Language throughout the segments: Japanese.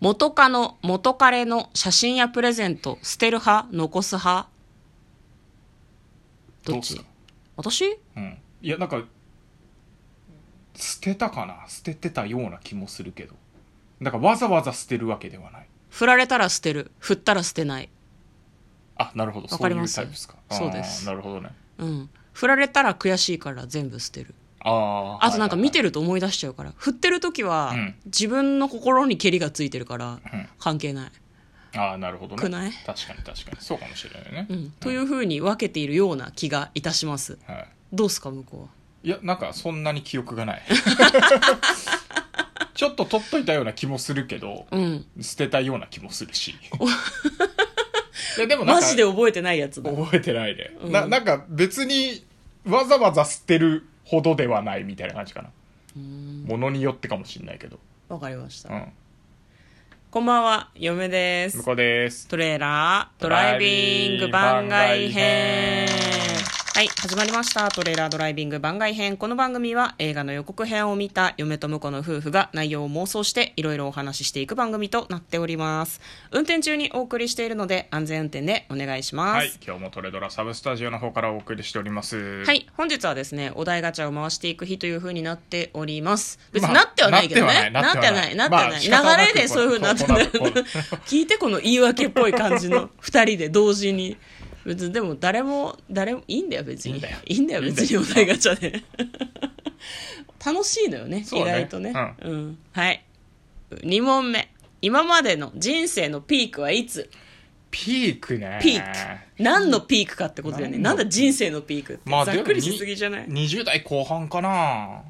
元カノ、元彼の写真やプレゼント、捨てる派、残す派どっちどうっすか私うんいやなんか捨てたかな捨ててたような気もするけどなんかわざわざ捨てるわけではない振られたら捨てる。振ったら捨てない。あなるほどわそかうりいまうすタイプですかそうですあーなるほどねうん。振られたら悔しいから全部捨てる。あああとなんか見てるると思い出しちゃうから。振ってる時はうん、自分の心にケリがついてるからうん、関係ない。ああなるほどねくない確かに確かにそうかもしれないね、うん。という風に分けているような気がいたします。はいどうすか、向こうは。いやなんかそんなに記憶が ないちょっと取っといたような気もするけど、うん。捨てたような気もす るしいやでもなんマかジで覚えてないやつだ。覚えてないで、うんななんか別にわざわざ捨てるほどではないみたいな感じかなものによってかもしれないけど、わかりましたう。ん、こんばんは、嫁で向す。こうですトレーラードライビング番外編ドライビング番外編。はい、始まりました。トレーラードライビング番外編。この番組は映画の予告編を見た嫁と婿の夫婦が内容を妄想していろいろお話ししていく番組となっております。運転中にお送りしているので安全運転でお願いします。はい今日もトレドラサブスタジオの方からお送りしておりますはい、本日はですね、お題ガチャを回していく日という風になっております。別まにあなってはないけどね。ななっっててははなないい、ななっっててははなないい。まあ流れでそういう風になってんだよこうなるこうなるこうなる 聞いてこの言い訳っぽい感じの、二人で同時に。別にでも誰も、誰も、いいんだよ別いいにんだよ。いいんだよ別いいにんだよお題ガチャで。楽しいのよね、そ意うね外とね。うん。はい。2問目。今までの人生のピークはいつピークねピーク。何のピークかってことだよね。何のなんだ人生のピークって。まあざっくりしすぎじゃないでもに20代後半かな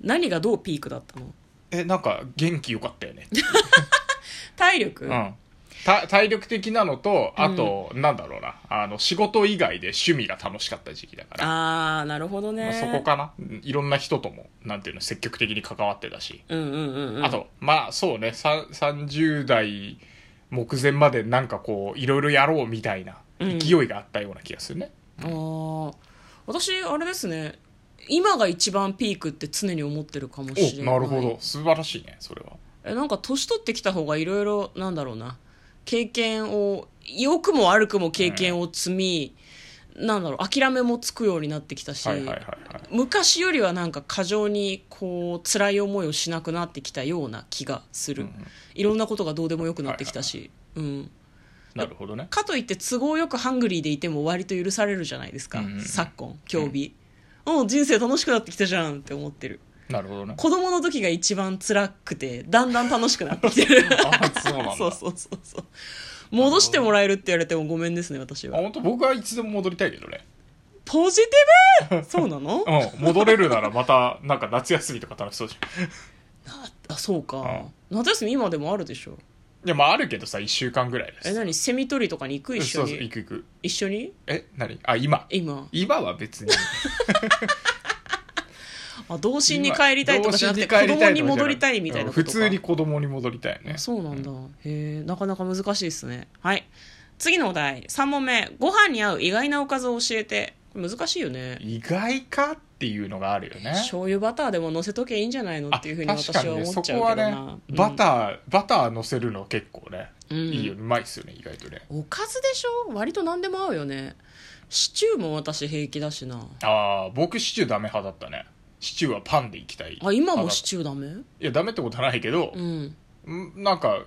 何がどうピークだったのえなんか元気よかったよね 体力、うん、た体力的なのとあと、なんだろうなあの仕事以外で趣味が楽しかった時期だから、ああなるほどまあねそこかなうんいろんな人ともなんていうの積極的に関わってたし、うんうんうんうんあとまあそうねさ30代目前までなんかこういろいろやろうみたいなうん勢いがあったような気がするね、あー私あれですね今が一番ピークって常に思ってるかもしれおないなるほど素晴らしいねそれはえなんか年取ってきた方がいろいろなんだろうな経験を良くも悪くも経験を積み、なんだろう諦めもつくようになってきたし、はいはいはいはい昔よりはなんか過剰にこう辛い思いをしなくなってきたような気がする、うんうんいろんなことがどうでもよくなってきたし、うんなるほどねかといって都合よくハングリーでいても割と許されるじゃないですか、うんうんうん昨今競技、うん、人生楽しくなってきたじゃんって思ってるなるほどね子供の時が一番辛くてだんだん楽しくなってきてる あそうなんだそうそうそうそう戻してもらえるって言われてもごめんですね私あは本当僕はいつでも戻りたいけどねポジテ ィブそうなのうん戻れるならまたなんか夏休みとか楽しそうじゃんああそうか夏休み今でもあるでしょいや、まああるけどさ、1週間ぐらいです。え何セミ取りとかに行く一緒そうそう、行にく行く。一緒にえ、何あ、今。今今は 別に。あ童心に帰りたいとかじゃなくて童子心帰供りたいとかじにゃなくて戻りたいみたいなこと普か通に子供に戻りたいね。そうなんだ、へえなかなか難しいですねはい次のお題3問目ご飯に合う意外なおかずを教えてこれ難しいよね意外かっていうのがあるよね。醤油バターでも乗せとけいいんじゃないのあっていうふうに私は思っちゃうけそこはどねな、バター、バター乗せるの結構ね、うんいいよね、うまいっすよね、意外とね。ーおかずでしょ割と何でも合うよねシチューも私平気だしなああ、僕シチューダメ派だったね。シチューはパンでいきたい。あ今もシューチューダメいや、ダメってことはないけどう、んんなんか、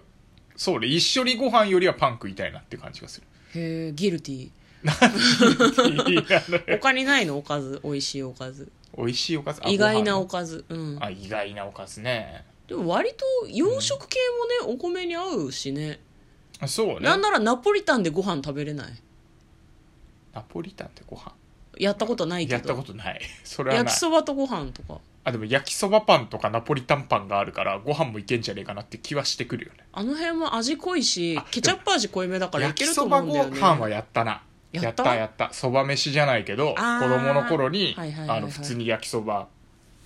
そうね、一緒にご飯よりはパン食いたいなって感じが する。へえギルティいやね他にないのおかず美味しいおかず美味しいおかずあ意外なご飯おかずうんあ意外なおかずねでも割と洋食系もね、お米に合うしねそうねなんならナポリタンでご飯食べれないナポリタンってご飯やったことないけどやったことないそれは焼なきいそばとご飯とかあでも焼きそばパンとかナポリタンパンがあるからご飯もいけんじゃねえかなって気はしてくるよねあの辺は味濃いしあケチャップ味濃いめだからい焼けきるとそ思ばうんごだよね飯はやったなややっったたやったそば飯じゃないけどあー子供の頃にはいはいはいはいあの普通に焼きそば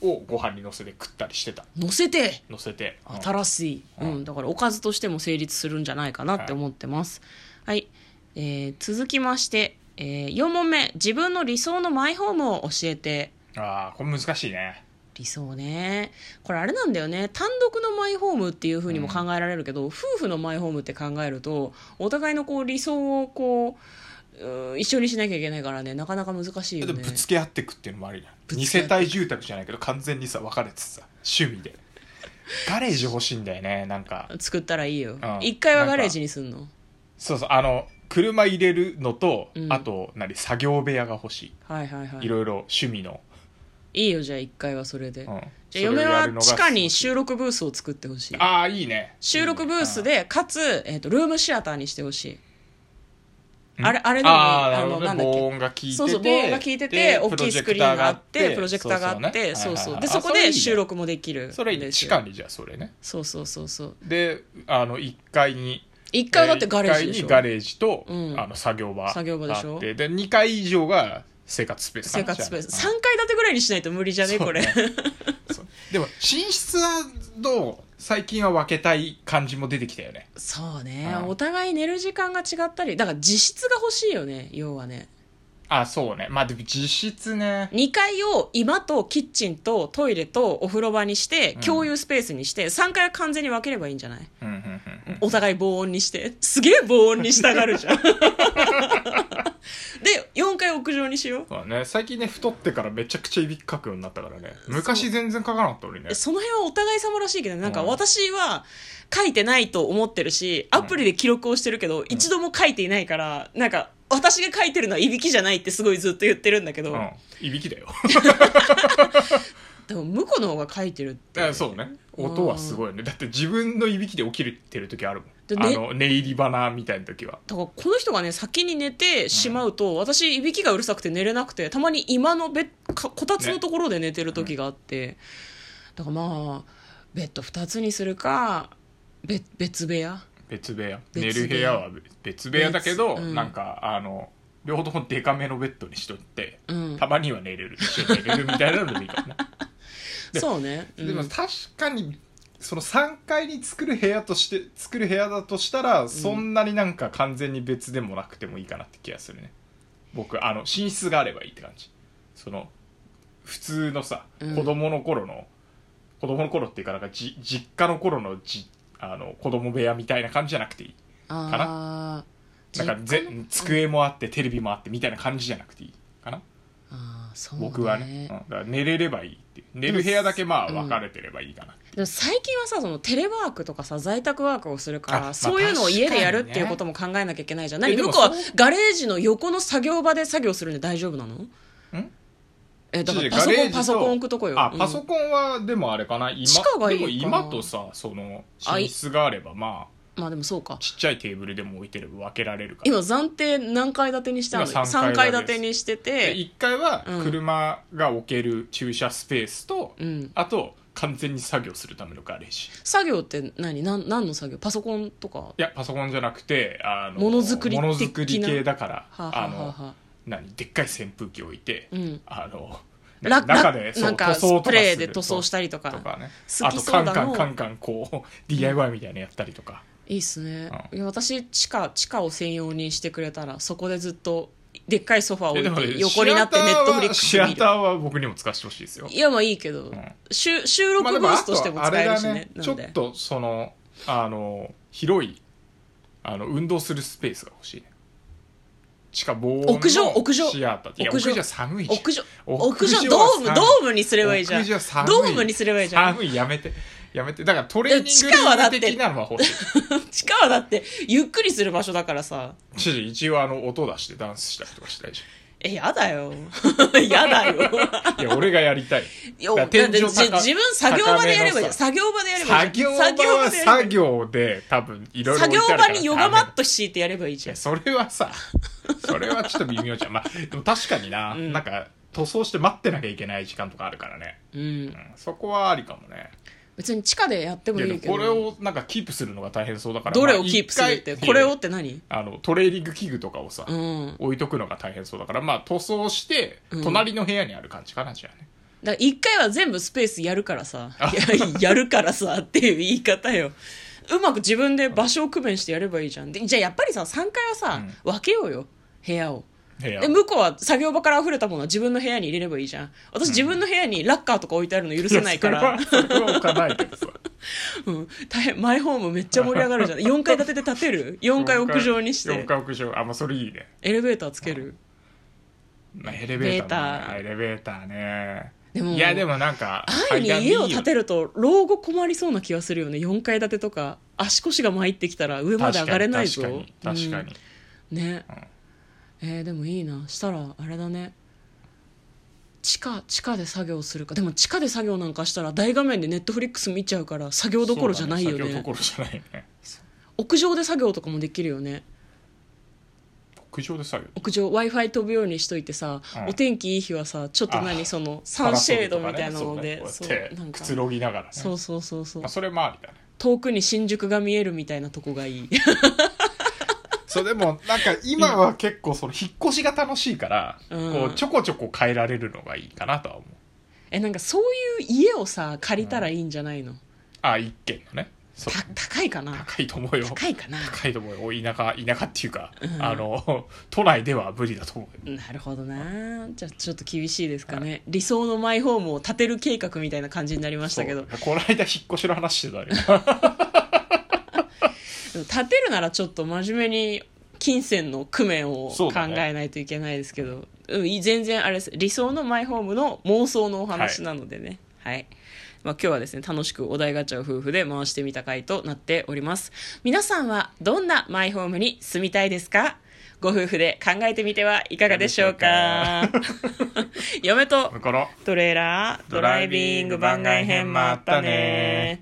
をご飯にのせて食ったりしてた乗せてのせて、うん新しい、ううんんだからおかずとしても成立するんじゃないかなって思ってますはい、えー続きまして、え4問目自分の理想のマイホームを教えてああこれ難しいね理想ねこれあれなんだよね単独のマイホームっていうふうにも考えられるけど、夫婦のマイホームって考えるとお互いのこう理想をこううん一緒にしなきゃいけないからねなかなか難しいよでねもぶつけ合ってくっていうのもあるじゃんぶ二つけ合世って帯住宅じゃないけど完全にさ分かれてさ趣味 でガレージ欲しいんだよねなんか作ったらいいようん一回はガレージにすんのそうそうあの車入れるのと、うんあと何作業部屋が欲しはいはいはいいいろいろ趣味の、いいよじゃあ一回はそれで、うんじゃあ嫁は地下にそれをやるのが収録ブースを作ってほしいああいいね収録ブースでかつ、えー、とルームシアターにしてほしいうんあれあれでもあーなあるのほどなんねだっけ防音が効いててそうそう棒が効いててで大きいスクリーンがあってプロジェクターがあってそうそうでそこで収ね録もできるはいはいはいあそれいいねそれいいねです地下にじゃあそれねそうそうそうそうであの1階に一回だってガレージえでし一ょ階にガレージと、うんあの作業場作業場でしょあってで2階以上が生活スペース生かな活スペースじゃ三階建てぐらいにしないと無理じゃねこれそう あそうでも寝室はどう最近は分けたい感じも出てきたよねそうねうんお互い寝る時間が違ったりだから実質が欲しいよね要はねあそうねまあでも実質ね2階を居間とキッチンとトイレとお風呂場にしてうん共有スペースにして3階は完全に分ければいいんじゃないうんうんうんうんお互い防音にしてすげえ防音にしたがるじゃ んで4階屋上にしようそうだね最近ね太ってからめちゃくちゃいびきかくようになったからね昔全然かかなかった俺ねその辺はお互い様らしいけどなんかうん私は書いてないと思ってるしアプリで記録をしてるけど、一度も書いていないからなんか私が書いてるのはいびきじゃないってすごいずっと言ってるんだけど、うんいびき だよでも向こうの方が書いてるってあそうね音はすごいよねだって自分のいびきで起きるてる時あるでもん、ねあの寝入り花みたいな時はだからこの人がね先に寝てしまうと、私いびきがうるさくて寝れなくてたまに今のベッかこたつのところで寝てる時があって、だからまあベッド2つにするかべ別部屋別部屋別部屋寝る部屋は別部屋だけど、別うんなんかあの両方ともデカめのベッドにしといて、うんたまには寝れる一緒に寝れるみたいなのでもいいかもねでそうね、うんでも確かにその3階に作る部屋として作る部屋だとしたらそんなになんか完全に別でもなくてもいいかなって気がするね僕あの寝室があればいいって感じその普通のさうん子供の頃の、子供の頃っていうかなんかじ実家の頃のじあの子供部屋みたいな感じじゃなくていいあーなんかぜ実家の机もあってテレビもあってみたいな感じじゃなくていいかな、あーそうね僕はね、うん、だから寝れればいいっていう寝る部屋だけまあ分かれてればいいかな、でも最近はさそのテレワークとかさ在宅ワークをするから、あまあそういうのを家でやるっていう確かにねことも考えなきゃいけないじゃんえ何で向もこうはそうガレージの横の作業場で作業するんで大丈夫なのえだからパソガレコージンとパソコン置くとこよあうんパソコンはでもあれかな今地下がいいかなでも今とさそのあい寝室があればまあまあでもそうかちっちゃいテーブルでも置いてれば分けられるから今暫定何階建てにしたの今3三階階建建ててにでしてでて1階はうん車が置ける駐車スペースと、うんあと完全に作業するためのガレージ作業って何なん何の作業パソコンとかいやパソコンじゃなくてあのものづくり的なものづくり系だからはあ、はああはあのはあ何でっかい扇風機置いて、うんあのラな中ラでなんかそう塗装とかするスプレーで塗装したりとかとかね好あきとそカうンだカのンカンカンこう DIY みたいなのやったりとか、いいっすね、うんいや私地下地下を専用にしてくれたらそこでずっとでっかいソファーを置えでもいねて横になってネットフリックスシアターはシ見アタるーは僕にも使わせてほしいですよいやまあいいけど、んしゅ収録まあブでもーあスとしてもあ使れえるだしねねなちょのっでとそのあの広いあの運動するスペースが欲しいね地下防音の屋上屋上シアターいや屋屋上上寒いじゃん屋上屋屋上上ドームはド寒いームにすればいいじゃん屋上寒いドームにすればいいじゃん寒いやめてやめてだからトレーニングいや地下はだって的なのは欲しい 地下はだってゆっくりする場所だからさちょっと一応あの音出してダンスしたりとかしたいじえやだよ やだ よゃんいや俺がやり たいいやだからだって天井じ高自分作業場でやればいいじゃん高めのさ作業場でやればいい作じ業ゃん場はでやればい作い業で多分いろいろ作業場にヨガマッいト敷いてやればいいじゃんやそれはさそれはちょっと微妙じゃんまあでも確かにな、うんなんか塗装して待ってなきゃいけない時間とかあるからね、うんうん、そこはありかもね別に地下でやってもいやいでいもけどこれをなんかキープするのが大変そうだからどれをまあキープするって一回これをって何あのトレーニング器具とかをさ、うん置いとくのが大変そうだからまあ塗装してうん隣の部屋にある感じかな、じゃあねだから一回は全部スペースやるからさあいややるからさっていう言い方ようまく自分で場所を区別してやればいいじゃんでじゃあやっぱりさ3階はさ、うん分けようよ部屋を部屋で向こうは作業場から溢れたものは自分の部屋に入れればいいじゃん私自分の部屋にラッカーとか置いてあるの許せないからやそれはそれは置かないけ どさうん、大変マイホームめっちゃ盛り上がるじゃん4階建てで建てる4階屋上にし4て階屋上あまあそれいいね、エレベーターつけるまあ、エレベーターもねエエレベーターねでもいやでもなんか安易に家をいいよ建てると老後困りそうな気がするよね4階建てとか足腰が参ってきたら上まで上がれないぞ確かに確かに確かに、うんねうんえーでもいいなしたらあれだね地下地下で作業するかでも地下で作業なんかしたら大画面でネットフリックス見ちゃうから作業どころじゃないよそうだねね作業どころじゃないね屋上で作業とかもできるよね屋上で作業屋上 w i f i 飛ぶようにしといてさ、うんお天気いい日はさちょっと何あそのサンシェードみたいなので、パラソそルうとかねそうねこうやなってんくかつろぎながらねそうそうそうそうまあ、それもありだね遠くに新宿が見えるみたいなとこがいい そうでもなんか今は結構その引っ越しが楽しいから、うんこうちょこちょこ変えられるのがいいかなとは思うえなんかそういう家をさ借りたらいいんじゃないの、あ一軒のねそうた高いかな高いと思うよ高いかな高いと思うよ田舎田舎っていうか、うんあの都内では無理だと思うよなるほどなじゃあちょっと厳しいですかね、理想のマイホームを建てる計画みたいな感じになりましたけどそうこの間引っ越しの話して たねでも建てるならちょっと真面目に金銭の工面をそ考うだねえないといけないですけどう、ん、全然あれです理想のマイホームの妄想のお話なのでねはい、まあ、今日はですね楽しくお題ガチャを夫婦で回してみた回となっております皆さんはどんなマイホームに住みたいですかご夫婦で考えてみてはいかがでしょうか 嫁とだからトレーラードライビング番外編もあったね